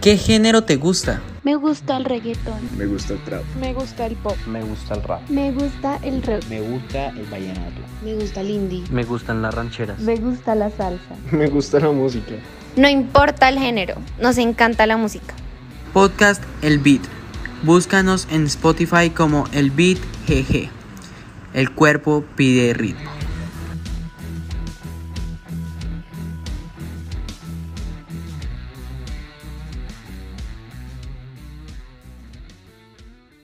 ¿Qué género te gusta? Me gusta el reggaetón. Me gusta el trap. Me gusta el pop. Me gusta el rap. Me gusta el rock. Me gusta el vallenato. Me gusta el indie. Me gustan las rancheras. Me gusta la salsa. Me gusta la música. No importa el género, nos encanta la música. Podcast El Beat. Búscanos en Spotify como El Beat GG. El cuerpo pide ritmo.